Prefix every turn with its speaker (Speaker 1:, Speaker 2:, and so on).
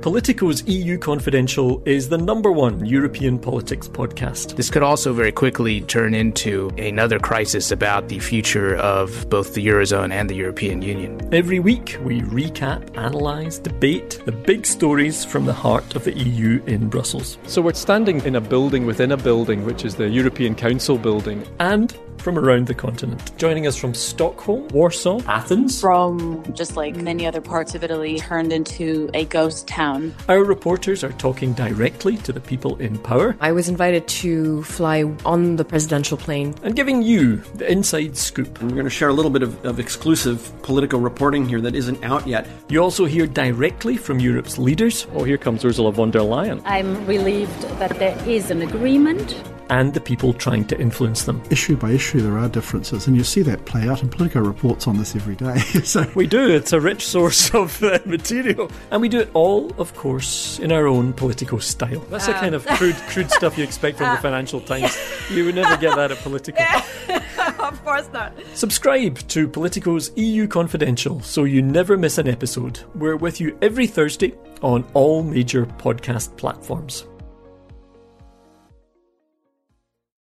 Speaker 1: Politico's EU E Confidential is the number one European politics podcast.
Speaker 2: This could also very quickly turn into another crisis about the future of both the Eurozone and the European Union.
Speaker 1: Every week, we recap, analyse, debate the big stories from the heart of the EU in Brussels
Speaker 3: So we're standing in a building within a building, which is the European Council building.
Speaker 1: and from around the continent. Joining us from Stockholm, Warsaw, Athens,
Speaker 4: Rome, just like many other parts of Italy, turned into a ghost town.
Speaker 1: our reporters are talking directly to the people in power
Speaker 5: I was invited to fly on the presidential plane.
Speaker 1: and giving you the inside scoop.
Speaker 6: We're going to share a little bit of, of exclusive political reporting here that isn't out yet.
Speaker 1: You also hear directly from Europe's leaders
Speaker 3: Oh, here comes Ursula von der Leyen.
Speaker 7: I'm relieved that there is an agreement.
Speaker 1: and the people trying to influence them.
Speaker 8: issue by issue there are differences and you see that play out and Politico reports on this every day so
Speaker 1: We do, it's a rich source of uh, material. And we do it all, of course, in our own political style. That's
Speaker 9: Ah.
Speaker 1: the kind of crude, crude stuff you expect from the Financial Times. You would never get that at Politico.
Speaker 9: of course not.
Speaker 1: Subscribe to Politico's EU Confidential so you never miss an episode. We're with you every Thursday on all major podcast platforms.